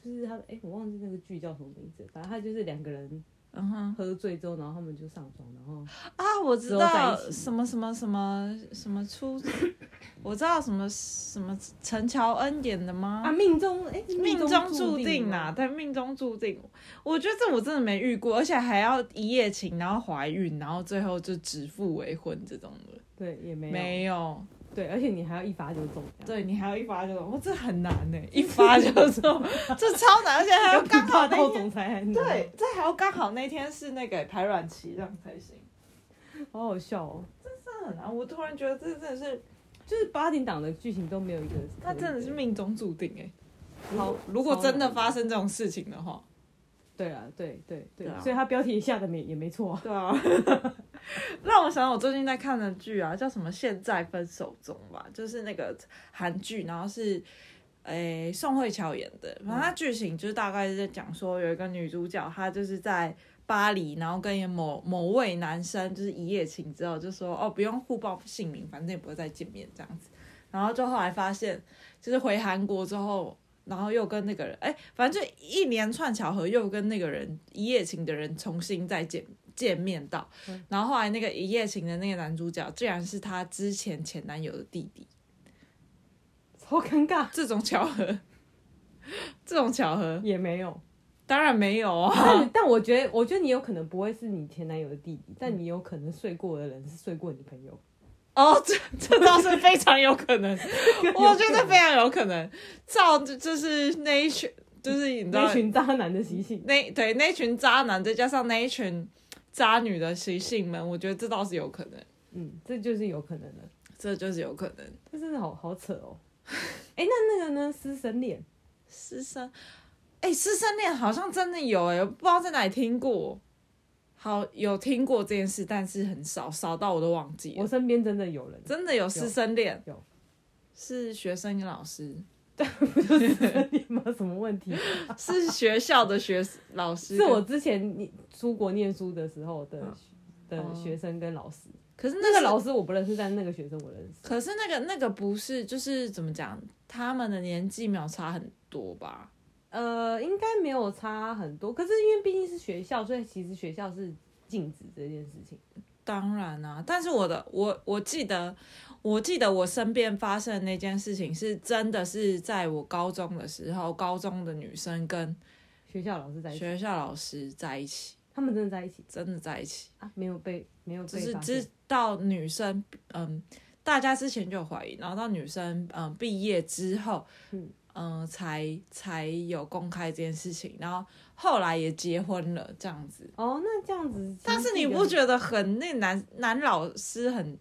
Speaker 2: 就是他哎、我忘记那个剧叫什么名字，反正他就是两个人
Speaker 1: 嗯哼
Speaker 2: 喝醉之后，然后他们就上床，然后
Speaker 1: 啊，我知
Speaker 2: 之后在
Speaker 1: 道
Speaker 2: 一起
Speaker 1: 什么什么什么什么出， 我知道什么什么陈乔恩演的吗？
Speaker 2: 啊命中哎、
Speaker 1: 命中注定
Speaker 2: 定
Speaker 1: 呐、
Speaker 2: 啊，
Speaker 1: 但命中注定，我觉得这我真的没遇过，而且还要一夜情，然后怀孕，然后最后就指腹为婚这种的，
Speaker 2: 对也没有
Speaker 1: 没有。
Speaker 2: 对，而且你还要一发就中，这样
Speaker 1: 对 你还要一发就中，哇，这很难呢、 一发就中，这超难，而且 还要
Speaker 2: 比
Speaker 1: 刚好
Speaker 2: 霸
Speaker 1: 那
Speaker 2: 道
Speaker 1: 天，
Speaker 2: 总裁还难
Speaker 1: 对，，这还要刚好那天是那个排卵期，这样才行。
Speaker 2: 好好笑哦。
Speaker 1: 真的很难，我突然觉得这真的是，
Speaker 2: 就是八点档的剧情都没有一个，
Speaker 1: 它真的是命中注定哎、
Speaker 2: 好
Speaker 1: 如果真的
Speaker 2: 超
Speaker 1: 发生这种事情的话，
Speaker 2: 对啊，对对对，
Speaker 1: 对啊
Speaker 2: 所以他标题下的没也没错、 啊。
Speaker 1: 对啊， 让我想到我最近在看的剧啊，叫什么《现在分手中》吧，就是那个韩剧，然后是诶、宋慧乔演的。反正它剧情就是大概是在讲说，有一个女主角，她就是在巴黎，然后跟一个某某位男生就是一夜情之后，就说哦不用互报姓名，反正也不会再见面这样子。然后就后来发现，就是回韩国之后。然后又跟那个人，哎，反正就一连串巧合，又跟那个人一夜情的人重新再见见面到，然后后来那个一夜情的那个男主角，竟然是她之前前男友的弟弟，
Speaker 2: 超尴尬，
Speaker 1: 这种巧合， 这种巧合
Speaker 2: 也 没有。
Speaker 1: 当然没有啊，
Speaker 2: 但但我觉得，我觉得你有可能不会是你前男友的弟弟，但你有可能睡过的人是睡过你朋 友。
Speaker 1: 哦，这这倒是非常有可 能，我觉得非常有可能，照就就是那一群，就是你知道
Speaker 2: 那群渣男的习性，
Speaker 1: 那对那群渣男，再加上那一群渣女的习性们，我觉得这倒是有可能，
Speaker 2: 嗯，这就是有可能的。
Speaker 1: 这就是有可能。
Speaker 2: 这真的好好扯 哦。哎、那那个呢？师生恋，
Speaker 1: 师生，哎、师生恋好像真的有哎、我不知道在哪里听过，好有听过这件事，但是很少，少到我都忘记
Speaker 2: 我
Speaker 1: 了。
Speaker 2: 身边真的有人，
Speaker 1: 真的有师生恋，
Speaker 2: 有
Speaker 1: 是学生跟老师，
Speaker 2: 你们有什么问题？
Speaker 1: 是学校的学老师
Speaker 2: 是
Speaker 1: 跟。
Speaker 2: 我之前你出国念书的时候的
Speaker 1: 嗯
Speaker 2: 的
Speaker 1: 哦
Speaker 2: 学生跟老师，
Speaker 1: 可是那
Speaker 2: 那个
Speaker 1: 是
Speaker 2: 老师我不认识，但那个学生我认识。
Speaker 1: 可是那个那个不是，就是怎么讲，他们的年纪没有差很多吧？
Speaker 2: 呃，应该没有差很多，可是因为毕竟是学校，所以其实学校是禁止这件事情。
Speaker 1: 当然啦、但是我的我我记得，我记得我身边发生的那件事情是真的是在我高中的时候，高中的女生跟
Speaker 2: 学校老师在一起，
Speaker 1: 学校老师在一起，
Speaker 2: 他们真的在一起
Speaker 1: 真的在一起，
Speaker 2: 啊？没有被没有
Speaker 1: 就
Speaker 2: 被
Speaker 1: 是
Speaker 2: 发现
Speaker 1: 知道女生嗯，大家之前就有怀疑，然后到女生嗯毕业之后，
Speaker 2: 嗯
Speaker 1: 嗯才才有公开这件事情，然后后来也结婚了这样子。
Speaker 2: 哦，那嗯这样子其实一个，
Speaker 1: 但是你不觉得很那男男老师很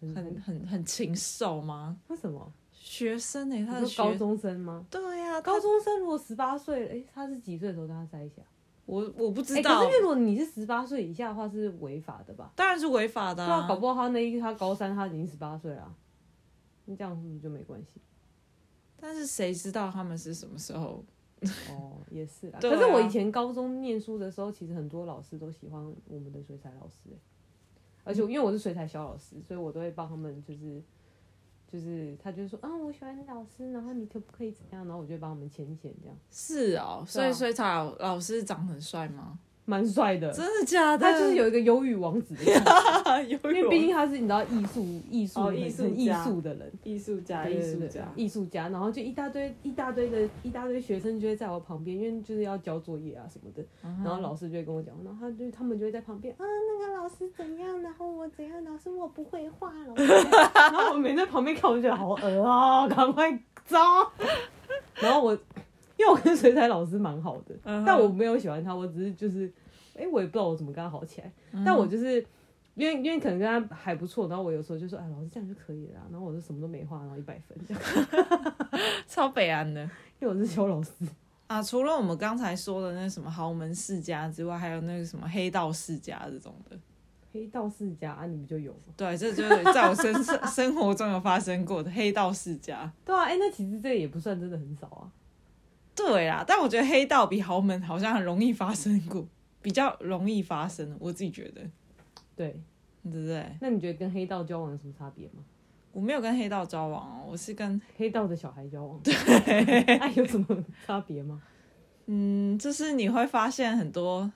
Speaker 2: 很
Speaker 1: 很很很禽兽吗？
Speaker 2: 为什么？
Speaker 1: 学生呢、他
Speaker 2: 你
Speaker 1: 的
Speaker 2: 说高
Speaker 1: 学
Speaker 2: 中生吗？
Speaker 1: 对呀、
Speaker 2: 高
Speaker 1: 高
Speaker 2: 中生如果十八岁，哎，他是几岁的时候跟他在一起啊？
Speaker 1: 我我不知
Speaker 2: 哎，
Speaker 1: 道，
Speaker 2: 可是如果你是十八岁以下的话，是违法的吧？
Speaker 1: 当然是违法的、
Speaker 2: 对啊，
Speaker 1: 啊
Speaker 2: 搞。不好他那一他高三他已经十八岁了啊，那这样是不是就没关系？
Speaker 1: 但是谁知道他们是什么时候？
Speaker 2: 哦，也是啦。
Speaker 1: 对
Speaker 2: 可是
Speaker 1: 啊
Speaker 2: 我以前高中念书的时候，其实很多老师都喜欢我们的水彩老师欸、而且因为我是水彩小老师，所以我都会帮他们就是。就是他就说啊，我喜欢老师，然后你可不可以怎样？然后我就帮他们签一签，这样
Speaker 1: 是哦，所
Speaker 2: 对啊
Speaker 1: 以水彩老老师长得很帅吗？
Speaker 2: 蛮帅的。
Speaker 1: 真的假的？
Speaker 2: 他 就是有一个忧郁王子的样子，
Speaker 1: 有
Speaker 2: 因为毕竟他是你知道艺术艺术
Speaker 3: 哦
Speaker 2: 很
Speaker 3: 艺术
Speaker 2: 很艺
Speaker 3: 家
Speaker 2: 术的人，
Speaker 3: 艺术家，
Speaker 2: 对
Speaker 3: 艺
Speaker 2: 对
Speaker 3: 术
Speaker 2: 对
Speaker 3: 家，
Speaker 2: 哦艺术家，然后就一大堆一大堆的一大堆学生就会在我旁边，因为就是要交作业啊什么的，
Speaker 1: 嗯
Speaker 2: 然后老师就会跟我讲，然后他就他们就会在旁边啊，那个老师怎样，然后我怎样，老师我不会画，老师怎样， 然后我每天在旁边看，我就觉得好恶啊、赶快走。 然后我因为我跟水彩老师蛮好的，
Speaker 1: 嗯哼
Speaker 2: 但我没有喜欢他，我只是就是，哎、我也不知道我怎么跟他好起来，
Speaker 1: 嗯
Speaker 2: 但我就是。因为因为可能跟他还不错，然后我有时候就说，哎，老师这样就可以了啊、然后我就什么都没画，然后一百分这样，
Speaker 1: 超北安的
Speaker 2: 因为我是修老师。
Speaker 1: 啊！除了我们刚才说的那什么豪门世家之外，还有那个什么黑道世家这种的。
Speaker 2: 黑道世家啊，你们就有吗？
Speaker 1: 对，这就是在我身 生生活中有发生过的黑道世家。
Speaker 2: 对啊，哎、那其实这也不算真的很少啊。
Speaker 1: 对啦，但我觉得黑道比豪门好像很容易发生过， 比较容易发生，我自己觉得，
Speaker 2: 对，
Speaker 1: 对不对？
Speaker 2: 那你觉得跟黑道交往有什么差 别吗？
Speaker 1: 我没有跟黑道交往哦，我是跟
Speaker 2: 黑道的小孩交往，对， 那、有什么差别吗？
Speaker 1: 嗯，就是你会发现很多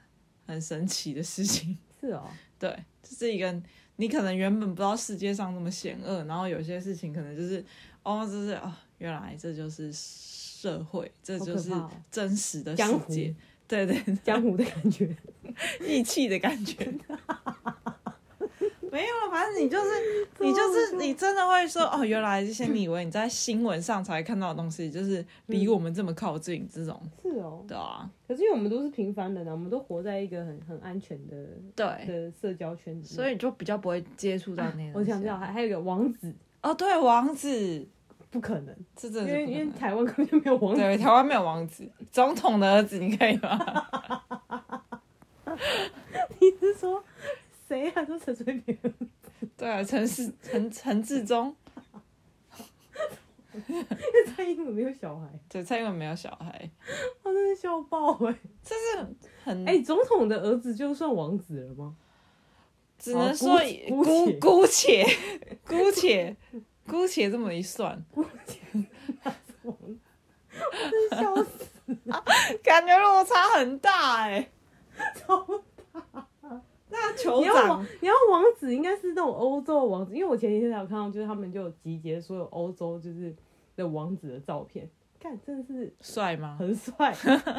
Speaker 1: 很神奇的事情。
Speaker 2: 是哦，
Speaker 1: 对，这、是一个你可能原本不知道世界上那么险恶，然后有些事情可能就是哦，就是哦，原来这就是社会，这
Speaker 2: 好可
Speaker 1: 就是
Speaker 2: 怕哦
Speaker 1: 真实的
Speaker 2: 江
Speaker 1: 世
Speaker 2: 湖
Speaker 1: 界。对对，
Speaker 2: 江湖的感觉。
Speaker 1: 义气的感觉。 没有，反正你 就是你就是你真的会说哦，原来这些你以为你在新闻上才看到的东西，就是离我们这么靠近，这种
Speaker 2: 是哦，
Speaker 1: 对啊，
Speaker 2: 可是因为我们都是平凡人啊，我们都活在一个很很安全的
Speaker 1: 对，啊
Speaker 2: 的社交圈里面。
Speaker 1: 所以你就比较不会接触到那些东西、
Speaker 2: 我想知道，还还有一个王子，
Speaker 1: 哦，对，王子，
Speaker 2: 嗯不可能，
Speaker 1: 这真
Speaker 2: 因
Speaker 1: 的是不
Speaker 2: 为
Speaker 1: 可
Speaker 2: 因为
Speaker 1: 能
Speaker 2: 台湾根本就没有王子。
Speaker 1: 对，台湾没有王子，总统的儿子，你可以吗？
Speaker 2: 你是说谁啊？都陈水 扁，
Speaker 1: 对啊，陈世陈陈志忠，
Speaker 2: 蔡英文没有小孩，
Speaker 1: 对，蔡英文没有小孩，
Speaker 2: 我真的笑爆哎、
Speaker 1: 这是很
Speaker 2: 哎、总统的儿子就算王子了吗？
Speaker 1: 只能说
Speaker 2: 好哦姑
Speaker 1: 姑姑且姑且姑且这么一算，
Speaker 2: 王子， 我真的笑死，
Speaker 1: 感觉落差很大哎、
Speaker 2: 超
Speaker 1: 那酋
Speaker 2: 你要
Speaker 1: 长
Speaker 2: 王，你要王子应该是那种欧洲的王子，因为我前几天才有看到，就是他们就有集结所有欧洲就是的王子的照片，看真的是
Speaker 1: 帅吗？
Speaker 2: 很帅，真的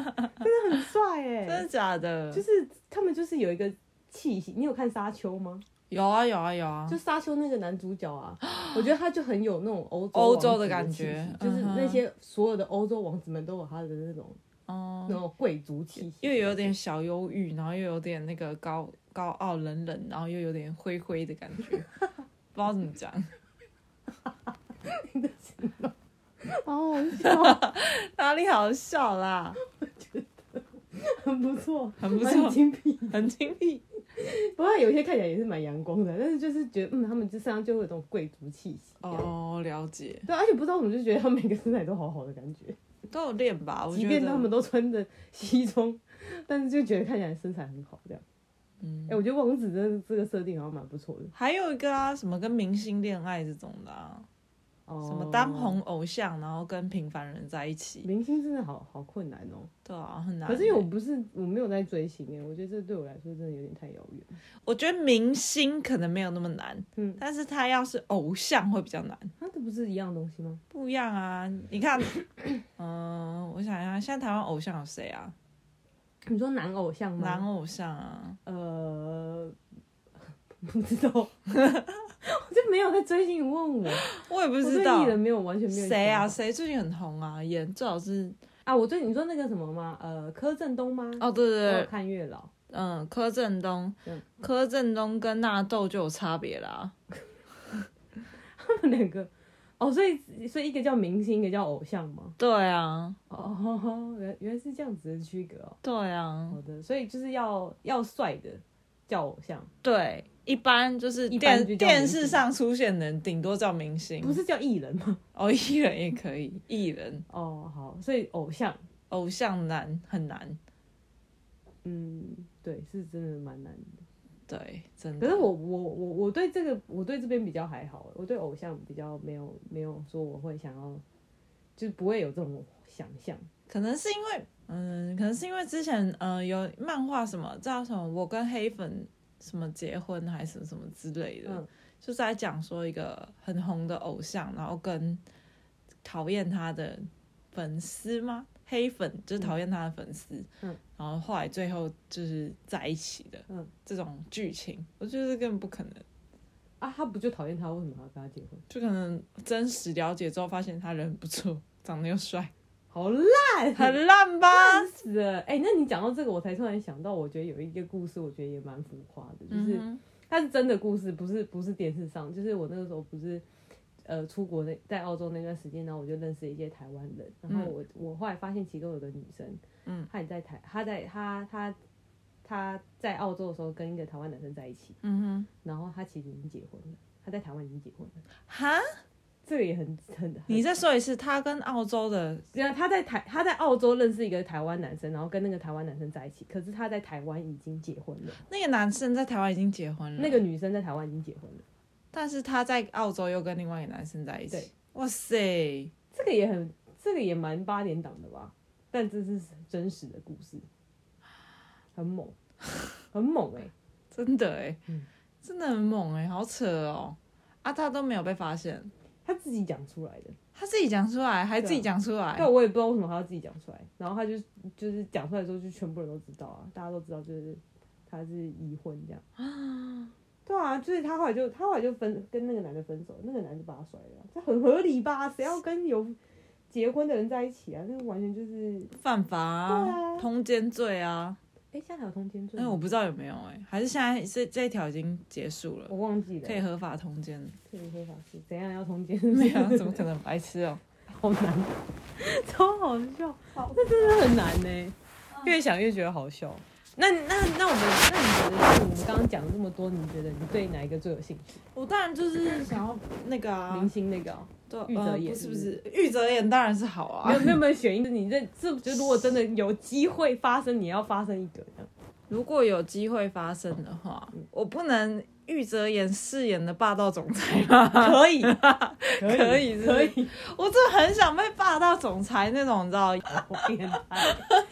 Speaker 2: 很帅哎、
Speaker 1: 真的假的？
Speaker 2: 就是他们就是有一个气息。你有看《沙丘》吗？
Speaker 1: 有啊有啊有啊
Speaker 2: 就，《沙丘》那个男主 角啊，我觉得他就很有那种欧洲
Speaker 1: 欧洲
Speaker 2: 王子
Speaker 1: 的感
Speaker 2: 气
Speaker 1: 觉
Speaker 2: 息就是
Speaker 1: 嗯哼
Speaker 2: 那些所有的欧洲王子们都有他的那种
Speaker 1: 哦、
Speaker 2: 那种贵族气息，
Speaker 1: 又有点小忧郁，然后又有点那个高高傲冷冷，然后又有点灰灰的感 觉，不知道怎么讲。
Speaker 2: 哦，好笑
Speaker 1: 哪里好笑啦？
Speaker 2: 很不错，
Speaker 1: 很不
Speaker 2: 蛮
Speaker 1: 错，
Speaker 2: 精辟。
Speaker 1: 很精辟。
Speaker 2: 不过有些看起来也是蛮阳光的，但是就是觉得，嗯，他们就身上就会有种贵族气息。哦，
Speaker 1: 哦，了解，
Speaker 2: 对，而且不知道怎么就觉得他们每个身材都好好的感觉，
Speaker 1: 都有练吧？哦我
Speaker 2: 即
Speaker 1: 觉
Speaker 2: 便他们
Speaker 1: 得，
Speaker 2: 都穿着西装，但是就觉得看起来身材很好这样。
Speaker 1: 嗯
Speaker 2: 哎、，我觉得王子这这个设定好像蛮不错的。
Speaker 1: 还有一个啊，什么跟明星恋爱这种的啊，
Speaker 2: 哦，
Speaker 1: 什么当红偶像，然后跟平凡人在一起，
Speaker 2: 明星真的好好困难哦。
Speaker 1: 对啊，很难欸。
Speaker 2: 可是因为我不是我没有在追星哎，我觉得这对我来说真的有点太遥远。
Speaker 1: 我觉得明星可能没有那么难，
Speaker 2: 嗯，
Speaker 1: 但是他要是偶像会比较难，
Speaker 2: 啊，这不是一样东西吗？
Speaker 1: 不一 样啊。你看，嗯、我想一下，现在台湾偶像有谁啊？
Speaker 2: 你说男偶像吗？
Speaker 1: 男偶像啊，
Speaker 2: 呃，不知道， 我就没有在追星。你问我，
Speaker 1: 我也不
Speaker 2: 我
Speaker 1: 知
Speaker 2: 对
Speaker 1: 道
Speaker 2: 艺人没有完全没有
Speaker 1: 谁啊，
Speaker 2: 想法
Speaker 1: 谁最近很红啊，演最好是
Speaker 2: 啊，我对你说那个什么吗？呃，柯震东吗？
Speaker 1: 哦，对
Speaker 2: 我
Speaker 1: 对
Speaker 2: 有
Speaker 1: 对，
Speaker 2: 看月老，
Speaker 1: 嗯，柯震东
Speaker 2: 嗯，
Speaker 1: 柯震东跟纳豆就有差别啦。
Speaker 2: 他们两个，哦，所以所以一个叫明星，一个叫偶像嘛。
Speaker 1: 对啊，
Speaker 2: 哦， 原原来是这样子的区隔哦。
Speaker 1: 对啊，
Speaker 2: 好的，所以就是要要帅的叫偶像，
Speaker 1: 对，一般就是
Speaker 2: 一般
Speaker 1: 电
Speaker 2: 就叫
Speaker 1: 电
Speaker 2: 明星
Speaker 1: 视上出现的人，顶多叫明星，
Speaker 2: 不是叫艺人吗？
Speaker 1: 哦，艺人也可以，艺人
Speaker 2: 哦，好，所以偶像，
Speaker 1: 偶像难很难，
Speaker 2: 嗯，对，是真的蛮难的。
Speaker 1: 对，真的。
Speaker 2: 可是我我我我对这个我对这边比较还好，我对偶像比较没有没有说我会想要，就是不会有这种想象。
Speaker 1: 可能是因为，嗯，可能是因为之前，呃，有漫画什么叫什么，我跟黑粉什么结婚还是什么什么之类的，
Speaker 2: 嗯
Speaker 1: 就是在讲说一个很红的偶像，然后跟讨厌他的粉丝吗？黑粉就是讨厌他的粉丝，
Speaker 2: 嗯，
Speaker 1: 然后后来最后就是在一起的，
Speaker 2: 嗯，
Speaker 1: 这种剧情，我觉得根本不可能，
Speaker 2: 啊，他不就讨厌他，为什么还要跟他结婚？
Speaker 1: 就可能真实了解之后发现他人不错，长得又 帅，
Speaker 2: 好烂，
Speaker 1: 很烂吧？
Speaker 2: 烂 死了！哎、那你讲到这个，我才突然想到，我觉得有一个故事，我觉得也蛮浮夸的，就是、
Speaker 1: 嗯
Speaker 2: 它是真的故事，不是不是电视上。就是我那个时候不是呃出国那在澳洲那段时间，然后我就认识一些台湾人，然后我、我后来发现其中有个女生，
Speaker 1: 嗯，
Speaker 2: 她也在台，她在她她她在澳洲的时候跟一个台湾男生在一起，
Speaker 1: 哼，嗯
Speaker 2: 然后她其实已经结婚了，她在台湾已经结婚了，
Speaker 1: 哼，哈。
Speaker 2: 这个也很很很
Speaker 1: 你再说一次，他跟澳洲的
Speaker 2: 对啊，他在台他在澳洲认识一个台湾男生，然后跟那个台湾男生在一起，可是他在台湾已经结婚了，
Speaker 1: 那个男生在台湾已经结婚了，
Speaker 2: 那个女生在台湾已经结婚了，
Speaker 1: 但是他在澳洲又跟另外一个男生在一
Speaker 2: 对
Speaker 1: 起。哇塞，
Speaker 2: 这个也很这个也蛮八点档的吧？但这是真实的故事，很猛，很猛哎、
Speaker 1: 真的哎、
Speaker 2: 嗯
Speaker 1: 真的很猛哎、好扯哦！啊，他都没有被发现，
Speaker 2: 他自己讲出来的，
Speaker 1: 他自己讲出来，还
Speaker 2: 对啊
Speaker 1: 自己讲出来，
Speaker 2: 但我也不知道为什么他要自己讲出来，然后他就就是讲出来之后，就全部人都知道啊，大家都知道就是他是已婚这样。 对啊，就是他后来就他后来就分跟那个男的分手，那个男的就把他甩了啊，这很合理吧？谁要跟有结婚的人在一起啊？这完全就是，
Speaker 1: 犯法
Speaker 2: 对
Speaker 1: 啊
Speaker 2: 啊，
Speaker 1: 通奸罪啊。
Speaker 2: 哎、现在还有通奸罪
Speaker 1: 但
Speaker 2: 吗？
Speaker 1: 我不知道有没有哎、还是现在这这一条已经结束了，
Speaker 2: 我忘记了，
Speaker 1: 可以合法通奸？
Speaker 2: 可以合法是怎样要通奸？
Speaker 1: 没有，怎么可能白痴哦、
Speaker 2: 好难， 超好笑，这真的很难呢、
Speaker 1: 嗯
Speaker 2: 越想越觉得好笑。那那那我们那你觉得就是我们刚刚讲了这么多，你觉得你对哪一个最有兴趣？
Speaker 1: 我当然就是想要那个啊，
Speaker 2: 明星那个哦、
Speaker 1: 对，
Speaker 2: 玉泽
Speaker 1: 呃
Speaker 2: 演
Speaker 1: 不是
Speaker 2: 是
Speaker 1: 不
Speaker 2: 不是
Speaker 1: 是，玉泽演当然是好啊
Speaker 2: 没。有没有没有选一个，你这这就如果真的有机会发生，你要发生一个这样。
Speaker 1: 如果有机会发生的话，
Speaker 2: 嗯
Speaker 1: 我不能玉泽演饰演的霸道总裁吗？
Speaker 2: 可以，
Speaker 1: 可以是不
Speaker 2: 可
Speaker 1: 是
Speaker 2: 以，
Speaker 1: 我真的很想被霸道总裁那种，你知道？
Speaker 2: 我变态，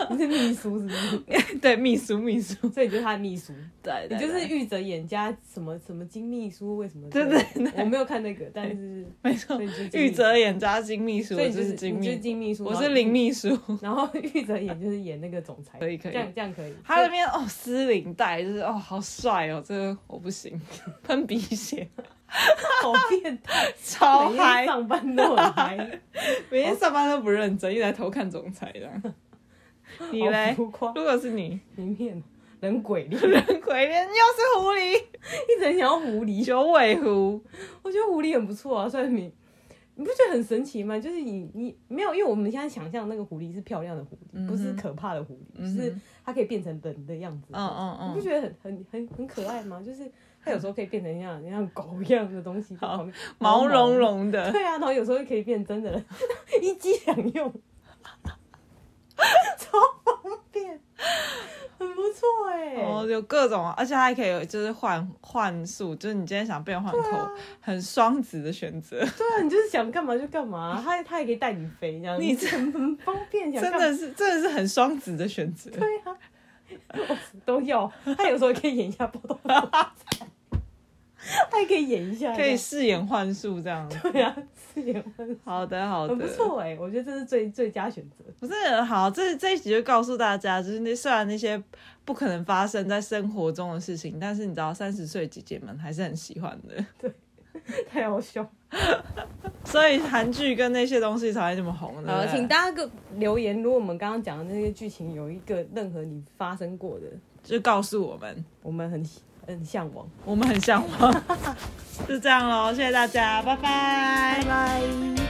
Speaker 2: 你是秘书是不是？
Speaker 1: 对，秘书秘书，
Speaker 2: 所以你就是他的秘书，
Speaker 1: 对
Speaker 2: 你
Speaker 1: 对
Speaker 2: 就是
Speaker 1: 对
Speaker 2: 玉泽演加什么什么金秘书，为什么？
Speaker 1: 对对
Speaker 2: 对，我没有看那个，但是
Speaker 1: 没错
Speaker 2: 所以你就是，金
Speaker 1: 玉泽演加金秘书，
Speaker 2: 所
Speaker 1: 我
Speaker 2: 以你
Speaker 1: 就
Speaker 2: 就是是
Speaker 1: 金
Speaker 2: 你就是
Speaker 1: 秘，
Speaker 2: 金秘书，
Speaker 1: 我
Speaker 2: 然后
Speaker 1: 是林秘书。
Speaker 2: 然后玉泽演就是演那个总裁，
Speaker 1: 可以可以
Speaker 2: 这样这样可以。
Speaker 1: 他那边哦撕领带，就是哦好帅哦，这个我不行， 喷鼻血，
Speaker 2: 好变态，
Speaker 1: 超
Speaker 2: 每天哦
Speaker 1: 嗨，
Speaker 2: 上班都很嗨，
Speaker 1: 每天上班都不认真，一直在偷看总裁的。 你
Speaker 2: 好
Speaker 1: 嘞？
Speaker 2: 浮夸，
Speaker 1: 如果是你，
Speaker 2: 里面人鬼 脸，
Speaker 1: 人鬼脸又是狐狸。
Speaker 2: 一直很想要狐狸。
Speaker 1: 九尾狐，
Speaker 2: 我觉得狐狸很不错啊，虽然没，你不觉得很神奇吗？就是你你没有，因为我们现在想象那个狐狸是漂亮的狐狸，
Speaker 1: 嗯哼
Speaker 2: 不是可怕的狐狸，
Speaker 1: 嗯哼
Speaker 2: 就是它可以变成人的样子。
Speaker 1: 嗯嗯嗯
Speaker 2: 你不觉得很很很很可爱吗？就是它有时候可以变成像像狗一样 的东西，在
Speaker 1: 好
Speaker 2: 旁边
Speaker 1: 毛茸
Speaker 2: 茸。
Speaker 1: 茸的，
Speaker 2: 对啊，然后有时候又可以变真的人， 一机两用， 超方便，很不错哎、
Speaker 1: 然后哦有各种，啊而且它还可以就是换换数，就是你今天想变换口，
Speaker 2: 啊
Speaker 1: 很双子的选择，
Speaker 2: 对啊，你就是想干嘛就干嘛，啊它它也可以带你飞这样，
Speaker 1: 你
Speaker 2: 这很很方便，想
Speaker 1: 真
Speaker 2: 干嘛
Speaker 1: 的是真的是很双子的选择。
Speaker 2: 对啊， 我都要。他有时候也可以演一下暴动，他还可以演一下，
Speaker 1: 可以饰演幻术这样。
Speaker 2: 对啊，四点半
Speaker 1: 好的，好的，
Speaker 2: 很不错哎、我觉得这是最最佳选择。
Speaker 1: 不是好，这这一集就告诉大家，就是那虽然那些不可能发生在生活中的事情，但是你知道，三十岁姐姐们还是很喜欢的，
Speaker 2: 太好笑了。
Speaker 1: 所以韩剧跟那些东西才会这么红
Speaker 2: 好
Speaker 1: 的
Speaker 2: 了，。请大家个留言，如果我们刚刚讲的那些剧情有一个任何你发生过的，
Speaker 1: 就告诉我们，
Speaker 2: 我们很很向往。
Speaker 1: 我们很向往。就这样喽，谢谢大家，拜拜
Speaker 2: 拜拜。